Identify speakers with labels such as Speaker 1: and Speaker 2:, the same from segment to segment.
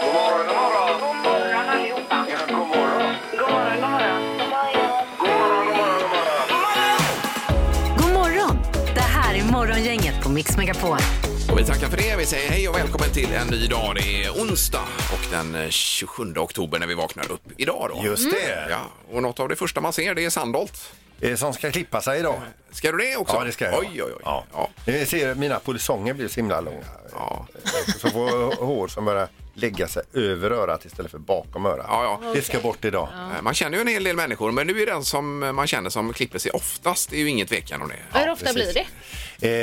Speaker 1: God morgon, god morgon.
Speaker 2: God morgon allihopa.
Speaker 1: Ja, god morgon.
Speaker 2: God morgon, god morgon.
Speaker 1: God morgon, god morgon, god morgon.
Speaker 3: God morgon! Det här är Morgongänget på Mix Megapol.
Speaker 4: Och vi tackar för det. Vi säger hej och välkommen till en ny dag. Det är onsdag och den eh, 27 oktober när vi vaknar upp idag. Då.
Speaker 5: Just det.
Speaker 4: Mm. Ja, och något av det första man ser det är Sandholt.
Speaker 5: Eh, Som ska klippa sig idag.
Speaker 4: Ska du det också?
Speaker 5: Ja, det ska jag.
Speaker 4: Oj, oj, oj.
Speaker 5: Ja.
Speaker 4: Ja.
Speaker 5: Ni ser, mina polisonger blir så himla långa.
Speaker 4: Ja.
Speaker 5: Så får hår som börjar lägga sig över örat istället för bakom örat.
Speaker 4: Ja, ja.
Speaker 5: Det ska bort idag.
Speaker 4: Eh, Man känner ju en hel del människor, men nu är den som man känner som klipper sig oftast. Det är ju inget tvekan om det.
Speaker 6: Hur ofta
Speaker 5: precis.
Speaker 6: blir det?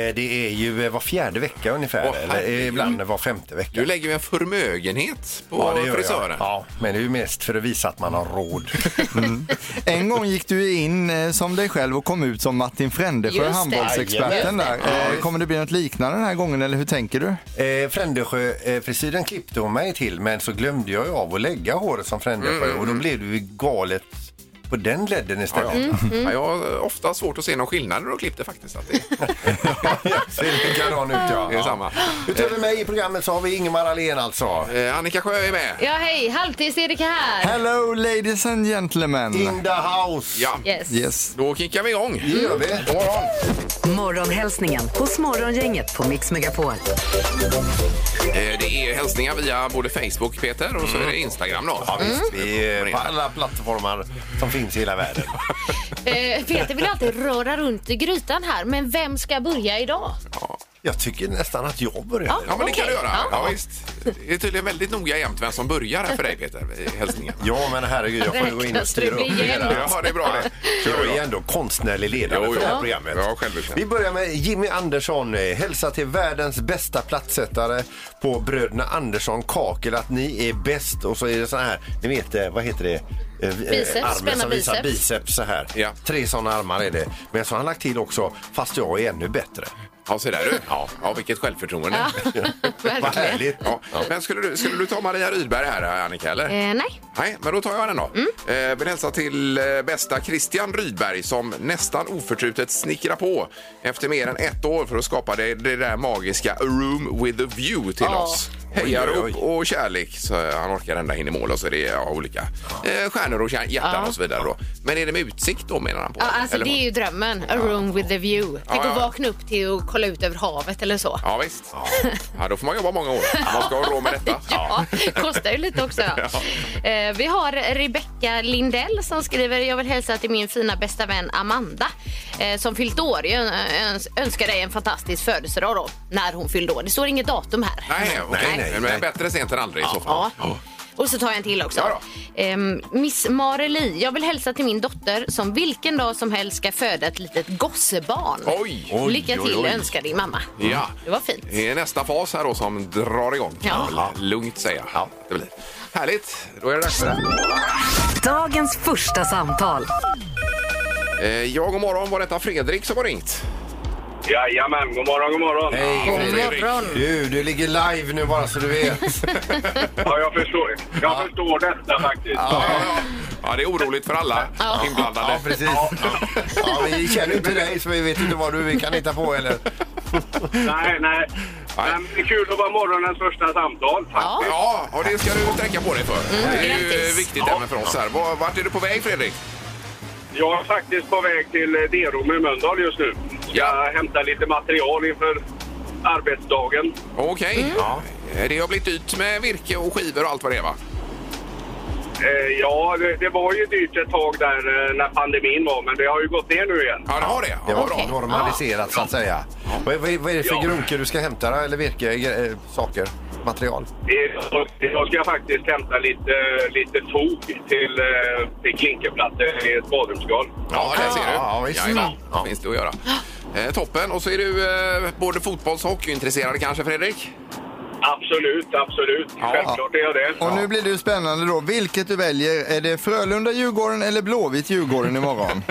Speaker 5: Eh, Det är ju eh, var fjärde vecka ungefär.
Speaker 4: Åh,
Speaker 5: eller
Speaker 4: herregud.
Speaker 5: ibland var femte vecka.
Speaker 4: Nu lägger vi en förmögenhet på
Speaker 5: Ja, det gör jag.
Speaker 4: frisören.
Speaker 5: Ja, men det är ju mest för att visa att man har råd.
Speaker 7: En gång gick du in eh, som dig själv och kom ut som Martin Frände för
Speaker 6: Just det.
Speaker 7: handbollsexperten där. Eh, Kommer det bli något liknande den här gången eller hur tänker du?
Speaker 5: Eh, Frändesjö-frisyren klippte hon mig till men så glömde jag ju av att lägga håret som Frändesjö
Speaker 4: Mm,
Speaker 5: och då blev det ju galet på den ledden istället.
Speaker 4: Ja, Mm. jag har ofta svårt att se någon skillnad när de klippte faktiskt. Att det,
Speaker 5: Ser likadan ut ja.
Speaker 4: det är samma.
Speaker 5: Utöver mig i programmet så har vi Ingemar Ahlén alltså.
Speaker 4: Eh, Annika Sjö är med.
Speaker 6: Ja, hej! Halvtids-Erik här.
Speaker 7: Hello ladies and gentlemen!
Speaker 5: In the house!
Speaker 4: Ja, Mm.
Speaker 6: Yes.
Speaker 7: Yes.
Speaker 4: då kickar vi igång.
Speaker 5: Det gör vi.
Speaker 4: God morgon.
Speaker 3: Morgonhälsningen hos Morgongänget på Mix Megapol.
Speaker 4: Eh, Det är hälsningar via både Facebook, Peter, och så är det Instagram. Då.
Speaker 5: Ja, visst, vi är på
Speaker 4: Mm.
Speaker 5: alla plattformar som finns i hela världen.
Speaker 6: Eh, Peter vill alltid röra runt i grytan här, men vem ska börja idag?
Speaker 5: Jag tycker nästan att jag börjar.
Speaker 6: Ja.
Speaker 4: Ja, men det kan
Speaker 6: Okej.
Speaker 4: du göra. Ja.
Speaker 6: Ja.
Speaker 4: visst. Det är tydligen väldigt noga jämt vem som börjar här för dig, Peter, i hälsningarna.
Speaker 5: Ja, men herregud, jag får ju gå in och styra upp det hela.
Speaker 4: Ja, det är bra det.
Speaker 5: Jag är ju ändå konstnärlig ledare
Speaker 4: Jo,
Speaker 5: för det
Speaker 4: ja.
Speaker 5: här programmet.
Speaker 4: Ja, självklart.
Speaker 5: Vi börjar med Jimmy Andersson. Eh, Hälsa till världens bästa plattsättare på Bröderna Andersson Kakel att ni är bäst. Och så är det så här, ni vet, eh, vad heter det? Eh, vi- eh,
Speaker 6: Biceps,
Speaker 5: armen som
Speaker 6: spänna
Speaker 5: visar
Speaker 6: biceps.
Speaker 5: biceps så här.
Speaker 4: Ja.
Speaker 5: Tre sådana armar är det. Men så har han lagt till också, fast jag är ännu bättre.
Speaker 4: Ja, se där du. Ja, ja vilket självförtroende.
Speaker 5: Vad härligt.
Speaker 4: Ja. Men skulle du, skulle du ta Maria Rydberg här, Annika? Eller?
Speaker 6: Eh, nej.
Speaker 4: Nej, men då tar jag den då.
Speaker 6: Mm.
Speaker 4: Eh, vill hälsa till eh, bästa Christian Rydberg som nästan oförtrutet snickrar på efter mer än ett år för att skapa det, det där magiska A Room with a View till
Speaker 6: Ja.
Speaker 4: oss. Hejar
Speaker 5: Oj, oj, oj.
Speaker 4: upp och kärlek. Så eh, han orkar ända in i mål och så är det ja, olika eh, stjärnor och kär- hjärtan och så vidare. Då. Men är det med utsikt då menar han på?
Speaker 6: Ja, alltså,
Speaker 4: Eller
Speaker 6: det
Speaker 4: vad?
Speaker 6: är ju drömmen. A room with a view. Tänk
Speaker 4: Ja, ja.
Speaker 6: att vakna upp till och kolla ut över havet eller så.
Speaker 4: Ja, visst. Ja, då får man jobba många år. Man ska ha råd med detta.
Speaker 6: Ja, kostar ju lite också. Eh, Vi har Rebecka Lindell som skriver Jag vill hälsa till min fina bästa vän Amanda eh, som fyllt år. Jag öns- önskar dig en fantastisk födelsedag då, när hon fyllde år. Det står inget datum här.
Speaker 4: Nej, okej.
Speaker 5: nej,
Speaker 4: Men
Speaker 5: nej.
Speaker 4: bättre sent än aldrig i så fall.
Speaker 6: Ja. Och så tar jag en till också.
Speaker 4: Ja
Speaker 6: Ehm, Miss Mareli, jag vill hälsa till min dotter som vilken dag som helst ska föda ett litet gossebarn.
Speaker 4: Oj.
Speaker 5: Oj,
Speaker 6: Lycka till
Speaker 5: oj, oj.
Speaker 6: önskar din mamma.
Speaker 4: Ja.
Speaker 6: Det var fint.
Speaker 4: Det är nästa fas här då som drar igång. kan
Speaker 6: Ja.
Speaker 4: man väl Lugnt säga. Ja. Det blir. Härligt, då är det dags för det.
Speaker 3: Dagens första samtal.
Speaker 4: Eh, Jag god morgon, var detta Fredrik som har ringt?
Speaker 1: Jajamän, god morgon, god morgon.
Speaker 5: Hej,
Speaker 6: God
Speaker 5: Fredrik.
Speaker 6: morgon.
Speaker 5: Du, du ligger live nu bara så du vet.
Speaker 1: Ja, jag förstår, jag förstår detta faktiskt.
Speaker 4: Ja, ja, ja. ja det är oroligt för alla inblandade.
Speaker 5: Ja, precis. Ja, vi känner ju inte dig så vi vet inte vad du vi kan hitta på eller.
Speaker 1: Nej, nej.
Speaker 4: Nej.
Speaker 1: Men det är kul att vara morgonens första samtal.
Speaker 6: Ja.
Speaker 4: Ja, och det ska du sträcka på dig för. det är ju
Speaker 6: Mm. grattis.
Speaker 4: viktigt även för oss här. Var- Vart är du på väg Fredrik?
Speaker 1: Jag är faktiskt på väg till eh, Derum i Mölndal just nu. Ska
Speaker 4: Ja.
Speaker 1: hämta lite material inför arbetsdagen.
Speaker 4: Okej.
Speaker 6: Mm.
Speaker 4: Ja. Eh, Det har blivit dyrt med virke och skivor och allt vad det är va?
Speaker 1: Eh, ja, det, det var ju dyrt ett tag där eh, när pandemin var, men det har ju gått ner nu igen.
Speaker 4: Ja, det har det.
Speaker 5: Det
Speaker 4: Ja,
Speaker 5: var
Speaker 4: vad bra.
Speaker 5: normaliserat så att säga. Vad, vad, vad är det för
Speaker 1: Ja.
Speaker 5: grunker du ska hämta då? eller virke, eh, saker, material?
Speaker 1: Idag- Idag Eh, ska jag faktiskt hämta lite, lite tog till, eh, till klinkerplattor i ett badrumsskal.
Speaker 4: Ja, det ser du.
Speaker 5: Ja, visst.
Speaker 4: Jajamän. Det finns det att göra. Eh, toppen. Och så är du eh, både fotbolls och hockeyintresserad kanske, Fredrik?
Speaker 1: Absolut, absolut.
Speaker 4: Ja.
Speaker 1: Självklart är jag det.
Speaker 7: Och nu blir det ju spännande då. Vilket du väljer, är det Frölunda-Djurgården eller Blåvitt-Djurgården imorgon?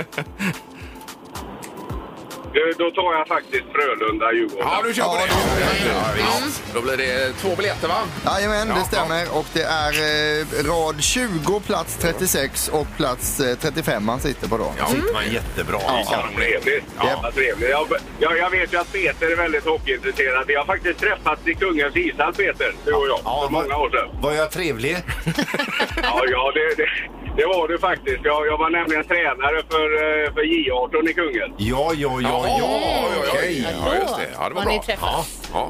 Speaker 1: Eh, Då tar jag faktiskt Frölunda-Djurgården.
Speaker 4: Ja, nu kör vi
Speaker 7: Ja,
Speaker 4: på
Speaker 7: då
Speaker 4: det. Ja, visst. Då blir det två biljetter, va?
Speaker 7: Jajamän,
Speaker 4: Ja,
Speaker 7: det stämmer. Och det är eh, rad 20, plats 36 och plats eh, 35 man sitter på då.
Speaker 4: Ja,
Speaker 5: Man jättebra.
Speaker 1: Ja, trevligt. Ja, vad trevligt. Jag, jag, jag vet ju att Peter är väldigt hockeyintresserad. Jag har faktiskt träffats i Kungens ishall, Peter, du och jag,
Speaker 5: Ja,
Speaker 1: för många år sedan.
Speaker 5: Var jag trevlig?
Speaker 1: Ja, ja det, det, det var du faktiskt. Jag, jag var nämligen tränare för, eh, för J18 i Kungälv.
Speaker 5: Ja, ja, ja, ja.
Speaker 4: ja,
Speaker 5: Okej.
Speaker 4: ja, ja, just det. Ja, det var
Speaker 6: Har ni
Speaker 4: bra.
Speaker 6: träffats?
Speaker 4: Ja.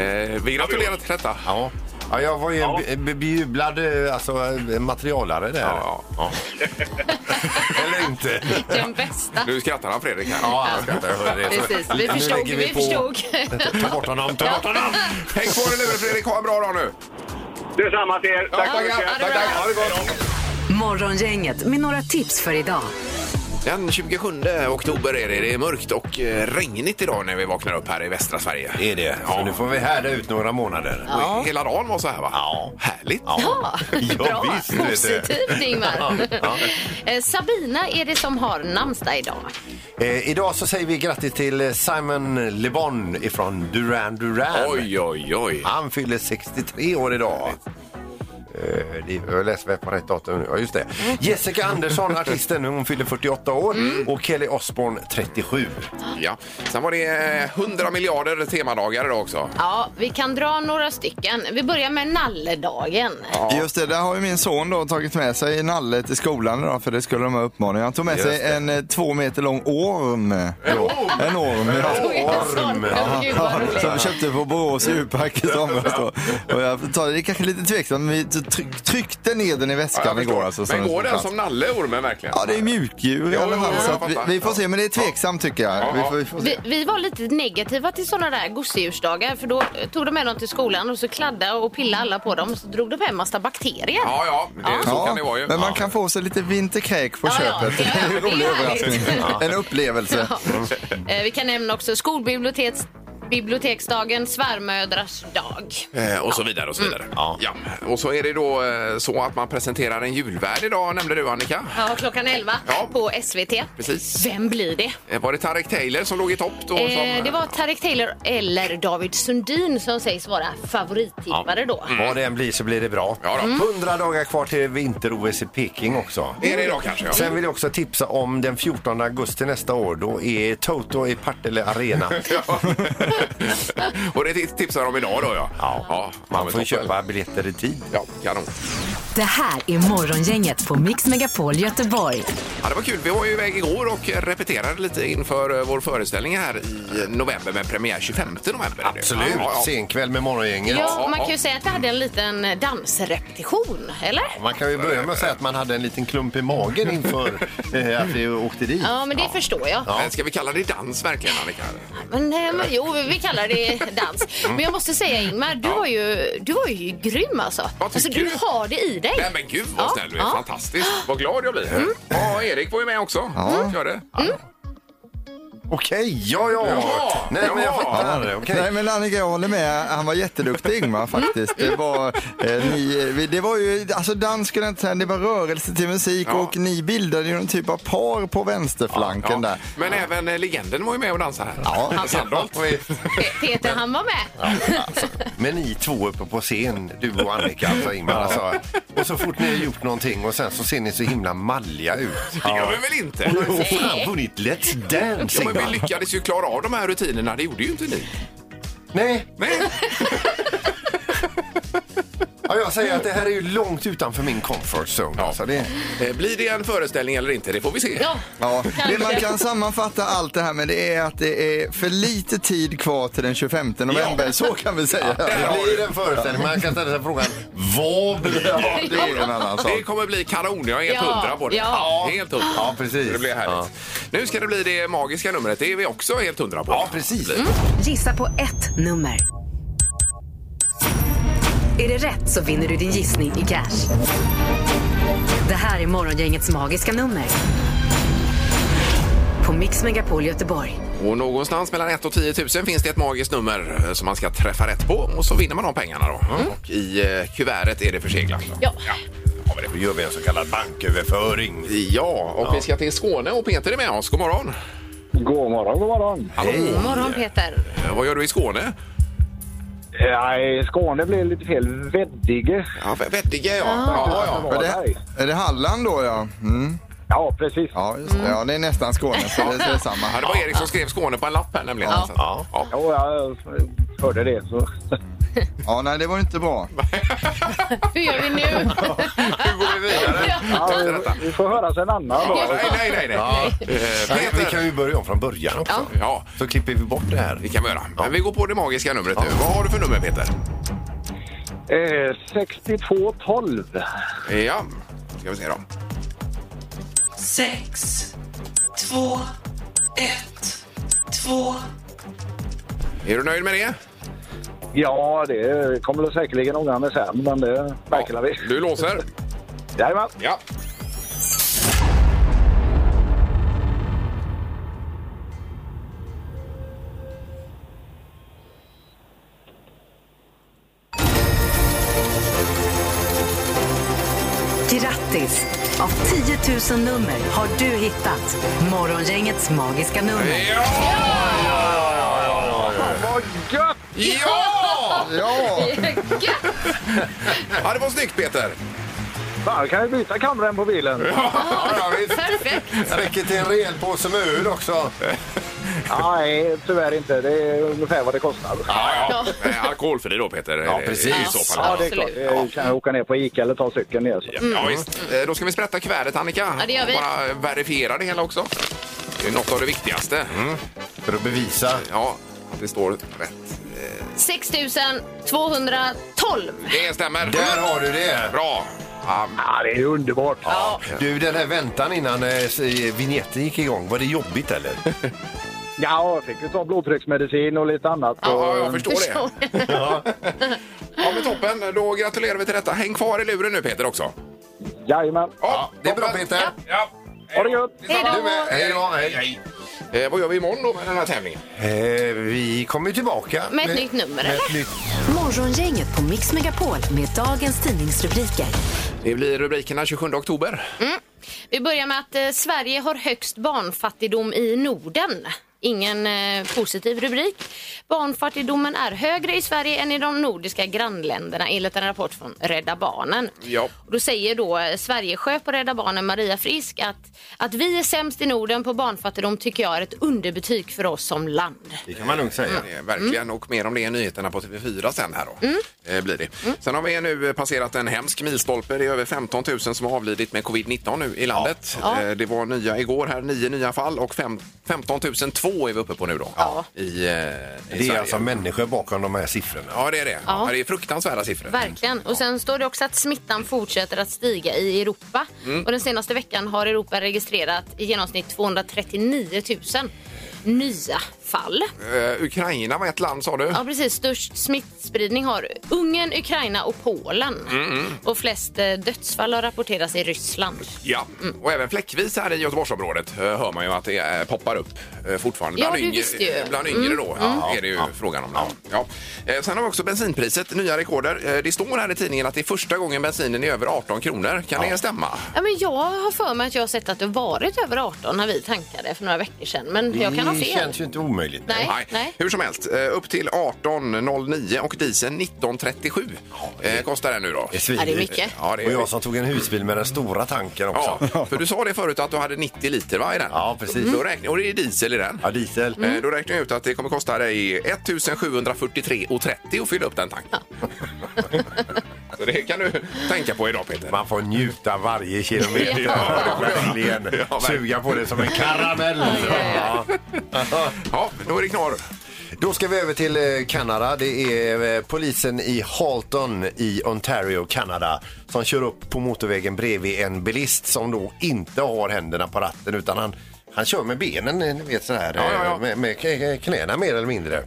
Speaker 4: Eh, vi gratulerar till detta.
Speaker 5: Ja. Ja, jag var ju en be- be- bejublad eh, alltså, eh, materialare där.
Speaker 4: Ja, ja.
Speaker 5: Eller inte.
Speaker 6: Den bästa.
Speaker 4: Nu skrattar han, Fredrik. Här.
Speaker 5: Ja, jag ska inte höra det.
Speaker 6: Precis, vi
Speaker 5: Nu
Speaker 6: förstod.
Speaker 5: lägger
Speaker 6: Vi,
Speaker 5: på-
Speaker 6: förstod.
Speaker 5: Ta bort honom, ta bort honom!
Speaker 4: Häng kvar i luren, Fredrik. Ha en bra dag nu.
Speaker 1: Detsamma till er. Tack så
Speaker 4: tackar.
Speaker 1: mycket.
Speaker 4: Tack, tack. Ha det gott.
Speaker 3: Morgongänget med några tips för idag.
Speaker 4: Den 27 oktober är det. Det är mörkt och eh, regnigt idag när vi vaknar upp här i västra Sverige.
Speaker 5: Är det? Så
Speaker 4: Ja.
Speaker 5: nu får vi härda ut några månader.
Speaker 4: Och Hela dagen var så här, va? Ja. Härligt.
Speaker 6: Ja, bra.
Speaker 5: visst, vet du.
Speaker 6: Positivt, Ingmar.
Speaker 5: Ja.
Speaker 6: Eh, Sabina är det som har namnsdag idag.
Speaker 5: Eh, idag så säger vi grattis till eh, Simon Le Bon ifrån Duran Duran.
Speaker 4: Oj, oj, oj.
Speaker 5: Han fyller 63 år idag. Eh, det- Jag läser väl på rätt datum nu. Ja, just det. Jessica Andersson, artisten, hon fyller 48 år
Speaker 4: Mm.
Speaker 5: och Kelly Osbourne 37.
Speaker 4: Ja. Sen var det eh, 100 miljarder temadagar idag också.
Speaker 6: Ja, vi kan dra några stycken. Vi börjar med nalledagen.
Speaker 7: Just det, där har ju min son då tagit med sig nalle till skolan idag för det skulle de ha uppmaningar. Han tog med
Speaker 5: Just
Speaker 7: sig
Speaker 5: det.
Speaker 7: en eh, två meter lång orm. då. En orm, ja.
Speaker 6: Oj, en sån.
Speaker 5: Ja.
Speaker 6: Gud, vad
Speaker 7: Ja,
Speaker 6: roligt.
Speaker 7: som vi köpte på Borås djurpark i somras. då. Och jag tar, det är kanske lite tveksamt, men vi tryck, tryckte ner den i
Speaker 4: Ja,
Speaker 7: väskan
Speaker 4: jag
Speaker 7: igår.
Speaker 4: förstår.
Speaker 7: Alltså,
Speaker 4: Men går
Speaker 7: en
Speaker 4: den som Nalle, ormen, verkligen?
Speaker 7: Ja, det är mjukdjur i
Speaker 4: Jo,
Speaker 7: alla
Speaker 4: jo,
Speaker 7: fall.
Speaker 4: jo,
Speaker 7: Så
Speaker 4: jag
Speaker 7: att vi,
Speaker 4: fattar.
Speaker 7: vi får se, men det är tveksamt tycker jag. Vi får, vi får se.
Speaker 6: Vi, vi var lite negativa till sådana där gosedjursdagar för då eh, tog de med dem till skolan och så kladdade och pillade alla på dem så drog de hem massa bakterier.
Speaker 4: Ja, ja. Det, så kan det vara ju.
Speaker 7: men man
Speaker 4: Ja.
Speaker 7: kan få sig lite vinterkräk på
Speaker 6: Ja, ja,
Speaker 7: köpet.
Speaker 6: det
Speaker 7: det
Speaker 6: är
Speaker 7: är en rolig
Speaker 6: härligt.
Speaker 7: överraskning. En upplevelse.
Speaker 6: Eh, Vi kan nämna också skolbiblioteks biblioteksdagen, svärmödrars dag.
Speaker 4: Eh, Och så vidare och så vidare. Ja. Och så är det då eh, så att man presenterar en julvärd idag, nämnde du Annika.
Speaker 6: Ja, klockan 11
Speaker 4: Ja.
Speaker 6: på SVT.
Speaker 4: Precis.
Speaker 6: Vem blir det?
Speaker 4: Eh, Var det Tarek Taylor som låg i topp då?
Speaker 6: Eh,
Speaker 4: som,
Speaker 6: det var Tarek Taylor eller David Sundin som sägs vara favorittippare då.
Speaker 5: Vad det än blir så blir det bra.
Speaker 4: Ja då.
Speaker 5: 100 dagar kvar till vinter-OS i Peking också.
Speaker 4: Är det idag kanske? Ja.
Speaker 5: Sen vill jag också tipsa om den 14 augusti nästa år. Då är Toto i Partille Arena.
Speaker 4: Ja. och det tipsar de idag då ja.
Speaker 5: Ja.
Speaker 4: ja,
Speaker 5: Man
Speaker 4: men
Speaker 5: får ju
Speaker 4: toppen.
Speaker 5: köpa biljetter i tid.
Speaker 4: Ja, kanon.
Speaker 3: Det här är Morgongänget på Mix Megapol Göteborg.
Speaker 4: Ja, det var kul. Vi var ju iväg igår och repeterade lite inför eh, vår föreställning här i november med premiär 25 november. är det.
Speaker 5: Absolut.
Speaker 4: Ja, ja.
Speaker 5: Sen kväll med Morgongänget.
Speaker 6: Ja,
Speaker 4: ja,
Speaker 6: man kan ju
Speaker 4: ja.
Speaker 6: säga att det hade en liten dansrepetition, eller?
Speaker 5: Man kan ju börja med att säga att man hade en liten klump i magen inför eh, att vi åkte dit.
Speaker 6: Ja, men det förstår jag.
Speaker 4: Men Ska vi kalla det dans verkligen Annika?
Speaker 6: Men, eh, men, jo, vi kallar det dans.
Speaker 4: Mm.
Speaker 6: Men jag måste säga Ingmar, du, var, ju, du var ju grym alltså.
Speaker 4: Vad tycker
Speaker 6: alltså du
Speaker 4: du?
Speaker 6: har det i dig.
Speaker 4: Nej men gud vad
Speaker 6: Ja,
Speaker 4: snäll du är.
Speaker 6: ja. Mm.
Speaker 4: Fantastiskt. Vad glad jag blir. Ja, Erik var ju med också. Ja. Gör det.
Speaker 5: Okej, ja, ja.
Speaker 4: Ja,
Speaker 5: Nej, men jag
Speaker 4: ja.
Speaker 5: fattar. Okej.
Speaker 7: Nej men Annika, jag håller med. Han var jätteduktig Ingmar faktiskt. Det var, eh, ni, vi- det var ju, alltså dans skulle jag inte säga, det var rörelse till musik
Speaker 4: Ja.
Speaker 7: och ni bildade ju någon typ av par på vänsterflanken
Speaker 4: Ja.
Speaker 7: där.
Speaker 4: Men även eh, legenden var ju med och dansade här.
Speaker 7: Ja.
Speaker 4: Hans Sandholt.
Speaker 6: Pe- Peter, han var med.
Speaker 5: Men ni två uppe på scen, du och Annika, alltså Ingmar. Alltså. Och så fort ni har gjort någonting och sen så ser ni så himla malliga ut.
Speaker 4: Det gör vi väl inte?
Speaker 5: Och då har han vunnit Let's Dance,
Speaker 4: Ja, men vi
Speaker 5: Ingmar.
Speaker 4: lyckades ju klara av de här rutinerna, det gjorde ju inte ni.
Speaker 5: Nej,
Speaker 4: Nej.
Speaker 5: ja, jag säger att det här är ju långt utanför min comfort zone. Alltså, det...
Speaker 4: Eh, Blir det en föreställning eller inte, det får vi se.
Speaker 6: Ja.
Speaker 7: Ja, det man
Speaker 6: Kanske.
Speaker 7: kan sammanfatta allt det här med det är att det är för lite tid kvar till den 25 november, så kan vi säga.
Speaker 5: Det blir en föreställning. Man kan ställa sig frågan, vad blir det?
Speaker 7: Det är en annan sak.
Speaker 4: Det kommer bli kanon, jag är helt
Speaker 6: Ja,
Speaker 4: hundra på det.
Speaker 6: ja.
Speaker 4: Helt hundra.
Speaker 5: Ja, precis.
Speaker 4: Det blir härligt.
Speaker 5: Ja.
Speaker 4: Nu ska det bli det magiska numret, det är vi också helt hundra på. Mm.
Speaker 5: Ja, precis.
Speaker 3: Gissa på ett nummer. Är det rätt så vinner du din gissning i cash. Det här är Morgongängets magiska nummer. På Mix Megapol Göteborg.
Speaker 4: Och någonstans mellan 1 och 10 000 finns det ett magiskt nummer eh, som man ska träffa rätt på och så vinner man de pengarna då. Och i eh, kuvertet är det förseglat. då.
Speaker 6: Ja.
Speaker 4: Har vi det.
Speaker 5: Då gör vi en så kallad banköverföring.
Speaker 4: Ja, och vi ska till Skåne och Peter är med oss. God morgon!
Speaker 8: God God morgon, god morgon.
Speaker 4: Hallå.
Speaker 6: God morgon Peter.
Speaker 4: Eh, Vad gör du i Skåne?
Speaker 8: Nej, Skåne blev lite fel. Veddige.
Speaker 4: Ja, Vä- Vettige ja. ja, ja.
Speaker 7: Är det, är det Halland då ja? Mm.
Speaker 8: Ja, precis.
Speaker 7: Ja, just det. ja, det är nästan Skåne så det, så det är samma.
Speaker 4: Ja, det var Erik som skrev Skåne på en lapp här nämligen.
Speaker 6: Ja.
Speaker 4: Ja. Ja.
Speaker 8: Jo, jag hörde det. Så.
Speaker 7: Ja, nej det var inte bra.
Speaker 6: Hur gör vi nu?
Speaker 4: Hur går vi vidare?
Speaker 8: Ja, vi, vi får höra sen annan då.
Speaker 4: Nej, nej, nej. nej. Eh,
Speaker 5: Nej, vi
Speaker 4: Peter.
Speaker 5: kan ju börja om från början också.
Speaker 4: Ja,
Speaker 5: Så klipper vi bort det här.
Speaker 4: det kan vi göra. Men vi går på det magiska numret nu. Vad har du för nummer Peter?
Speaker 8: Eh, 6212.
Speaker 4: Ja, ska vi se då.
Speaker 9: sex, två, ett, två.
Speaker 4: Är du nöjd med det?
Speaker 8: Ja, det kommer väl säkerligen ångra mig sen, men det märker vi.
Speaker 4: Du låser?
Speaker 8: Jajamän.
Speaker 4: Ja.
Speaker 3: Grattis! Av 10 000 nummer har du hittat Morgongängets magiska nummer.
Speaker 4: Ja!
Speaker 8: Vad gött!
Speaker 4: Ja!
Speaker 7: Ja,
Speaker 4: Ja, det var snyggt Peter.
Speaker 8: Fan, kan vi byta kameran på bilen?
Speaker 5: Ja, visst.
Speaker 6: Perfekt.
Speaker 5: Räcker till en rejäl påse med öl också.
Speaker 8: Nej, tyvärr inte. Det är ungefär vad det kostar.
Speaker 4: Ja, ja. Eh, Alkoholfri då Peter.
Speaker 5: Ja, precis.
Speaker 4: I så fall.
Speaker 8: Ja, det är klart. Jag Eh, kan jag åka ner på Ica eller ta cykeln ner. Så.
Speaker 4: Ja, visst. Eh, Då ska vi sprätta kuvertet Annika.
Speaker 6: Mm. Ja, det gör vi.
Speaker 4: Bara verifiera det hela också. Det är något av det viktigaste.
Speaker 5: För att bevisa.
Speaker 4: Ja, att det står rätt.
Speaker 6: 6212.
Speaker 4: Det stämmer.
Speaker 5: Där har du det!
Speaker 4: Bra! Ja,
Speaker 8: Ja, det är ju underbart.
Speaker 5: Du, den här väntan innan eh, s- eh, vignetten gick igång, var det jobbigt eller?
Speaker 8: Ja, jag fick ju ta blodtrycksmedicin och lite annat.
Speaker 4: ja,
Speaker 8: och-
Speaker 4: jag förstår det. Ja, men toppen, då gratulerar vi till detta. Häng kvar i luren nu Peter också.
Speaker 8: Jajamän.
Speaker 4: Ja,
Speaker 5: Det är bra Peter!
Speaker 4: Ja.
Speaker 8: Ha det gött!
Speaker 6: Hej
Speaker 5: Du med.
Speaker 6: då.
Speaker 5: Hej då! Hej.
Speaker 4: Hej. Eh, vad gör vi imorgon då med den här tävlingen?
Speaker 5: Eh, vi kommer ju tillbaka.
Speaker 6: Med ett nytt nummer,
Speaker 5: med ett
Speaker 6: eller?
Speaker 5: nytt
Speaker 3: Morgongänget på Mix Megapol med dagens tidningsrubriker.
Speaker 4: Det blir rubrikerna 27 oktober.
Speaker 6: Vi börjar med att eh, Sverige har högst barnfattigdom i Norden. Ingen eh, positiv rubrik. Barnfattigdomen är högre i Sverige än i de nordiska grannländerna enligt en rapport från Rädda Barnen.
Speaker 4: Ja.
Speaker 6: Och då säger då eh, Sverigesjö på Rädda Barnen, Maria Frisk, att, att vi är sämst i Norden på barnfattigdom tycker jag är ett underbetyg för oss som land.
Speaker 5: Det kan man lugnt säga.
Speaker 4: Det är Verkligen,
Speaker 6: Mm.
Speaker 4: och mer om det i nyheterna på TV4 sen här då. Eh, blir det.
Speaker 6: Mm.
Speaker 4: Sen har vi nu passerat en hemsk milstolpe. Det är över 15 000 som har avlidit med covid-19 nu i landet.
Speaker 6: Ja.
Speaker 4: Eh, Det var nya igår här, nio nya fall och fem, 15 002 är vi uppe på nu då.
Speaker 6: Ja.
Speaker 4: I, eh, i
Speaker 5: Det är
Speaker 4: Sverige.
Speaker 5: alltså människor bakom de här siffrorna.
Speaker 4: Ja, det är det.
Speaker 6: Ja.
Speaker 4: Ja. Det är fruktansvärda siffror.
Speaker 6: Verkligen. Och sen står det också att smittan fortsätter att stiga i Europa.
Speaker 5: Mm.
Speaker 6: Och den senaste veckan har Europa registrerat i genomsnitt 239 000 nya fall.
Speaker 4: Eh, Ukraina var ett land sa du?
Speaker 6: Ja, precis. Störst smittspridning har Ungern, Ukraina och Polen. Och flest eh, dödsfall har rapporterats i Ryssland.
Speaker 4: Ja, mm, och även fläckvis här i Göteborgsområdet eh, hör man ju att det eh, poppar upp eh, fortfarande.
Speaker 6: Ja,
Speaker 4: Bland
Speaker 6: det
Speaker 4: yngre-
Speaker 6: visste ju. Mm,
Speaker 4: Bland yngre då eh, är det ju frågan om. Ja. Ja. Eh, Sen har vi också bensinpriset, nya rekorder. Eh, Det står här i tidningen att det är första gången bensinen är över 18 kronor. Kan det stämma?
Speaker 6: Ja, men jag har för mig att jag har sett att det varit över 18 när vi tankade för några veckor sedan. Men jag kan ha
Speaker 5: Det
Speaker 6: fel.
Speaker 5: känns ju inte omöjligt.
Speaker 6: Nej, nej.
Speaker 4: Hur som helst, eh, upp till 18.09 och diesel 19.37 eh, kostar den nu då.
Speaker 5: är
Speaker 6: Ja, det är mycket.
Speaker 4: Ja, det är-
Speaker 5: Och jag som tog en husbil med den stora tanken också.
Speaker 4: Ja, för du sa det förut att du hade 90 liter va, i den. Mm.
Speaker 5: Ja, precis.
Speaker 4: Då räknar, och det är diesel i den.
Speaker 5: Ja, diesel.
Speaker 4: Eh, Då räknar jag ut att det kommer kosta dig 1743,30 att fylla upp den tanken. Så det kan du tänka på idag Peter.
Speaker 5: Man får njuta varje kilometer.
Speaker 4: Ja, det får du göra.
Speaker 5: Verkligen.
Speaker 4: Ja, verkligen.
Speaker 5: Suga på det som en karamell. Ja.
Speaker 4: Ja, då är det knorr.
Speaker 5: Då ska vi över till eh, Kanada. Det är eh, polisen i Halton i Ontario, Kanada som kör upp på motorvägen bredvid en bilist som då inte har händerna på ratten utan han han kör med benen, eh, ni vet så här,
Speaker 4: Ja, ja, ja.
Speaker 5: eh, Med, med k- knäna mer eller mindre.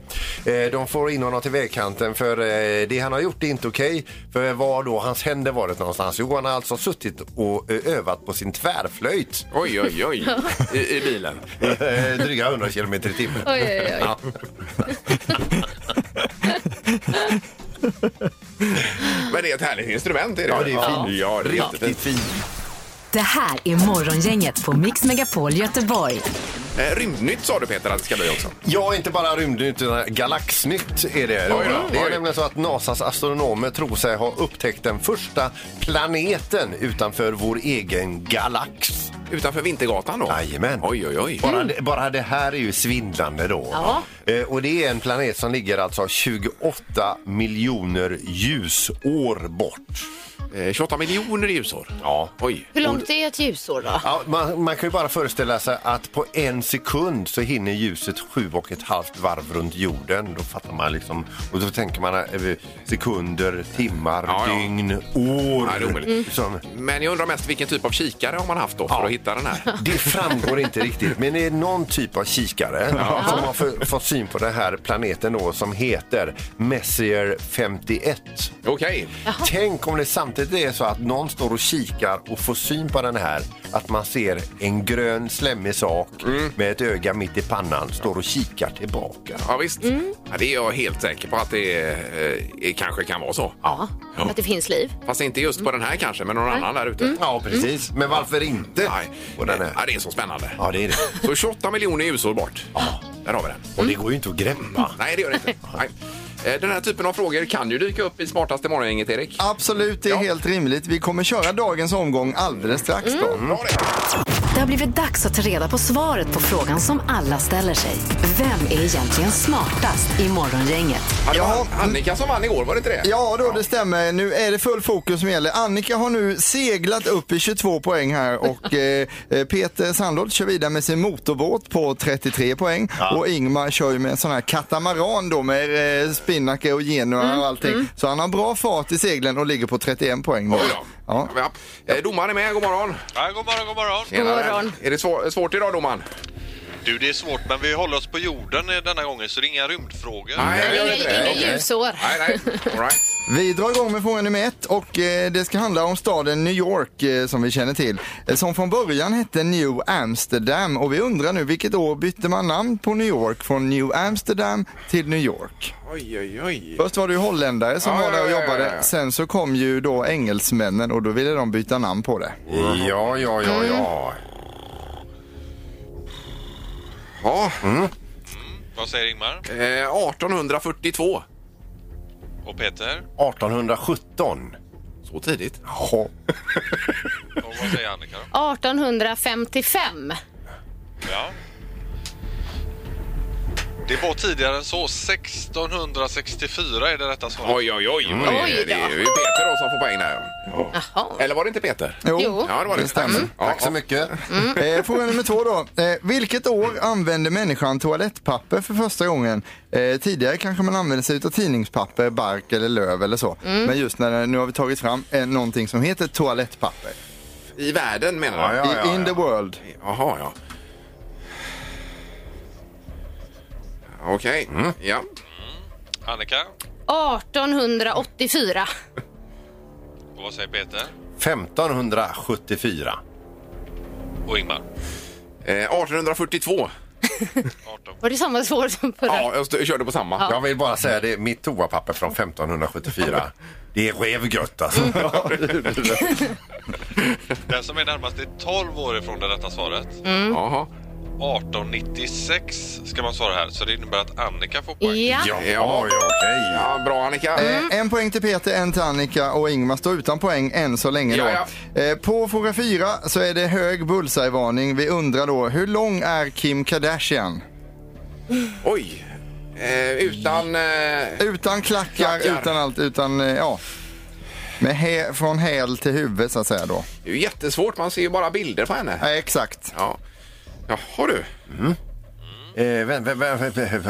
Speaker 5: Eh, De får in honom till vägkanten för eh, det han har gjort är inte okej. För var då hans händer varit någonstans? Jo, han har alltså suttit och eh, övat på sin tvärflöjt
Speaker 4: Oj, oj, oj. I, i bilen.
Speaker 5: eh, dryga 100 km i timmen.
Speaker 6: Oj, oj, oj.
Speaker 5: Ja.
Speaker 4: Men det är ett härligt instrument. Är det?
Speaker 5: Ja, det är
Speaker 4: fint. Ja, det är jättefint.
Speaker 5: Riktigt fint.
Speaker 3: Det här är Morgongänget på Mix Megapol Göteborg.
Speaker 4: Eh, Rymdnytt sa du Peter att det ska bli också.
Speaker 5: Ja, inte bara rymdnytt utan galaxnytt är det.
Speaker 4: Oj då,
Speaker 5: Det är
Speaker 4: oj.
Speaker 5: nämligen så att NASAs astronomer tror sig ha upptäckt den första planeten utanför vår egen galax.
Speaker 4: Utanför Vintergatan då?
Speaker 5: Jajamän.
Speaker 4: Oj, oj, oj.
Speaker 5: Bara, det, bara det här är ju svindlande då.
Speaker 6: Ja.
Speaker 5: Eh, och det är en planet som ligger alltså 28 miljoner ljusår bort.
Speaker 4: Eh, 28 miljoner ljusår.
Speaker 5: Ja.
Speaker 4: Oj.
Speaker 6: Hur långt är ett ljusår då?
Speaker 5: Ja, man, man kan ju bara föreställa sig att på en sekund så hinner ljuset sju och ett halvt varv runt jorden. Då fattar man liksom, och då tänker man eh, sekunder, timmar,
Speaker 4: Ja, ja.
Speaker 5: dygn, år.
Speaker 4: Ja, det är omöjligt.
Speaker 5: Som,
Speaker 4: Men jag undrar mest vilken typ av kikare har man haft då för att hitta den här?
Speaker 5: det framgår inte riktigt, men det är någon typ av kikare som har för, fått syn på den här planeten då som heter Messier 51.
Speaker 4: Okej.
Speaker 5: Tänk om det samtidigt är så att någon står och kikar och får syn på den här. Att man ser en grön slemmig sak med ett öga mitt i pannan står och kikar tillbaka.
Speaker 4: Ja, visst. Ja, det är jag helt säker på att det eh, eh, kanske kan vara så.
Speaker 6: Ja, att det finns liv.
Speaker 4: Fast inte just på den här kanske, men någon annan där ute.
Speaker 5: Ja, precis. Men varför inte?
Speaker 4: Nej.
Speaker 5: På Mm. den
Speaker 4: Ja,
Speaker 5: här.
Speaker 4: det är så spännande.
Speaker 5: Ja, det är det.
Speaker 4: Så 28 miljoner ljusår bort. Där har vi den.
Speaker 5: Och det går ju inte att greppa.
Speaker 4: Nej, det gör det inte. Nej. Eh, Den här typen av frågor kan ju dyka upp i smartaste morgongänget, Erik.
Speaker 7: Absolut, det är
Speaker 4: Ja.
Speaker 7: helt rimligt. Vi kommer köra dagens omgång alldeles strax då.
Speaker 4: Bra det.
Speaker 3: Det har blivit dags att ta reda på svaret på frågan som alla ställer sig. Vem är egentligen smartast i morgongänget?
Speaker 4: Ja, det var
Speaker 7: Jaha.
Speaker 4: Han- Annika som vann igår, var det inte det?
Speaker 7: Ja, då, det stämmer. Nu är det full fokus som gäller. Annika har nu seglat upp i 22 poäng här och eh, eh, Peter Sandholt kör vidare med sin motorbåt på 33 poäng och Ingmar kör ju med en sån här katamaran då med eh, spinnaker och genua
Speaker 4: Mm,
Speaker 7: och allting. Så han har bra fart i seglen och ligger på 31 poäng. Då.
Speaker 4: Oj då.
Speaker 7: Ja.
Speaker 4: Ja. Eh, Domaren är med, god morgon.
Speaker 10: Ja, god morgon, god morgon.
Speaker 4: Tjenare.
Speaker 6: morgon.
Speaker 4: Är det svår, svårt idag domaren?
Speaker 10: Du, det är svårt, men vi håller oss på jorden eh, denna gången, så det är inga rymdfrågor.
Speaker 4: det gör det inte.
Speaker 6: Inga
Speaker 4: Okej.
Speaker 6: ljusår.
Speaker 4: Nej, nej. All right.
Speaker 7: Vi drar igång med fråga nummer ett och eh, det ska handla om staden New York eh, som vi känner till. Eh, som från början hette New Amsterdam och vi undrar nu vilket år bytte man namn på New York från New Amsterdam till New York?
Speaker 4: Oj, oj, oj.
Speaker 7: Först var det ju holländare som
Speaker 4: Ja,
Speaker 7: var där och
Speaker 4: ja, ja,
Speaker 7: jobbade.
Speaker 4: ja, ja.
Speaker 7: Sen så kom ju då engelsmännen och då ville de byta namn på det.
Speaker 5: Mm. Ja, ja, ja, ja.
Speaker 4: Ja,
Speaker 10: Vad säger Ingmar
Speaker 4: eh, 1842.
Speaker 10: och Peter?
Speaker 5: 1817.
Speaker 4: Så tidigt?
Speaker 5: Ja.
Speaker 10: Och vad säger Annika? då?
Speaker 6: 1855.
Speaker 10: Ja. Det var tidigare än så. 1664 är det rätta svaret.
Speaker 4: Oj, oj, oj.
Speaker 6: Oj då.
Speaker 4: Det är ju Peter då som får poäng där.
Speaker 6: Jaha.
Speaker 4: Eller var det inte Peter?
Speaker 6: Jo.
Speaker 4: Ja, det var det.
Speaker 7: Det stämmer.
Speaker 4: Mm. Ja,
Speaker 5: Tack så mycket.
Speaker 7: Eh, fråga nummer två då. Eh, vilket år använde människan toalettpapper för första gången? Eh, tidigare kanske man använde sig av tidningspapper, bark eller löv eller så. Men just när, nu har vi tagit fram eh, någonting som heter toalettpapper.
Speaker 4: I världen menar du?
Speaker 5: Ja, ja,
Speaker 7: I, in the world.
Speaker 4: Jaha, ja. Okej, ja.
Speaker 10: Annika?
Speaker 6: 1884.
Speaker 10: Och vad säger Peter?
Speaker 5: 1574.
Speaker 10: Och Ingmar?
Speaker 4: Eh, 1842.
Speaker 10: 18.
Speaker 6: Var det samma svar som förra?
Speaker 4: Ja, jag stö- körde på samma.
Speaker 5: Jag vill bara säga det, mitt toapapper från 1574. Det är revgött alltså.
Speaker 10: Den som är närmast är 12 år ifrån det rätta svaret.
Speaker 4: Jaha.
Speaker 10: 1896 ska man svara här, så det innebär att Annika får poäng.
Speaker 6: Ja.
Speaker 5: Ja, ja, okej.
Speaker 4: Ja, bra Annika.
Speaker 7: Eh, en poäng till Peter, en till Annika och Ingmar står utan poäng än så länge. Då.
Speaker 4: Ja,
Speaker 7: Eh, på fråga fyra så är det hög bullseye-varning. Vi undrar då, hur lång är Kim Kardashian?
Speaker 4: Oj. Eh, utan... Eh,
Speaker 7: Utan klackar,
Speaker 4: Klackar.
Speaker 7: utan allt, utan eh, ja. Med hä- från häl till huvud så att säga då.
Speaker 4: det är ju jättesvårt, man ser ju bara bilder på henne.
Speaker 7: Ja, exakt.
Speaker 4: Ja. Jaha du.
Speaker 5: Eh, vem- vem- vem- vem- vem- vem-